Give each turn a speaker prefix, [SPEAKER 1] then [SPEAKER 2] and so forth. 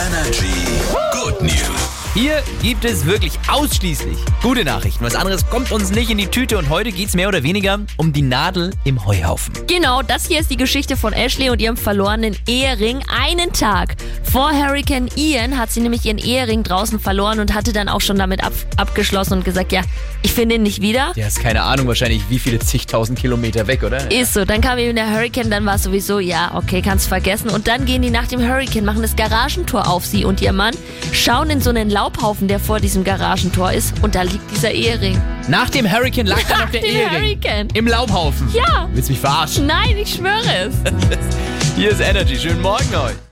[SPEAKER 1] Energy. Good News.
[SPEAKER 2] Hier gibt es wirklich ausschließlich gute Nachrichten. Was anderes kommt uns nicht in die Tüte und heute geht es mehr oder weniger um die Nadel im Heuhaufen.
[SPEAKER 3] Genau, das hier ist die Geschichte von Ashley und ihrem verlorenen Ehering einen Tag. Vor Hurricane Ian hat sie nämlich ihren Ehering draußen verloren und hatte dann auch schon damit ab abgeschlossen und gesagt, ja, ich finde ihn nicht wieder.
[SPEAKER 2] Der ist keine Ahnung wahrscheinlich, wie viele zigtausend Kilometer weg, oder?
[SPEAKER 3] Ist so, dann kam eben der Hurricane, dann war es sowieso, ja, okay, kannst vergessen. Und dann gehen die nach dem Hurricane, machen das Garagentor auf sie und ihr Mann, schauen in so einen Laubhaufen, der vor diesem Garagentor ist und da liegt dieser Ehering.
[SPEAKER 2] Nach dem Hurricane lag da
[SPEAKER 3] Nach
[SPEAKER 2] noch der
[SPEAKER 3] dem
[SPEAKER 2] Ehering.
[SPEAKER 3] Hurricane.
[SPEAKER 2] Im Laubhaufen.
[SPEAKER 3] Ja.
[SPEAKER 2] Willst mich verarschen?
[SPEAKER 3] Nein, ich schwöre es.
[SPEAKER 2] Hier ist Energy. Schönen Morgen euch.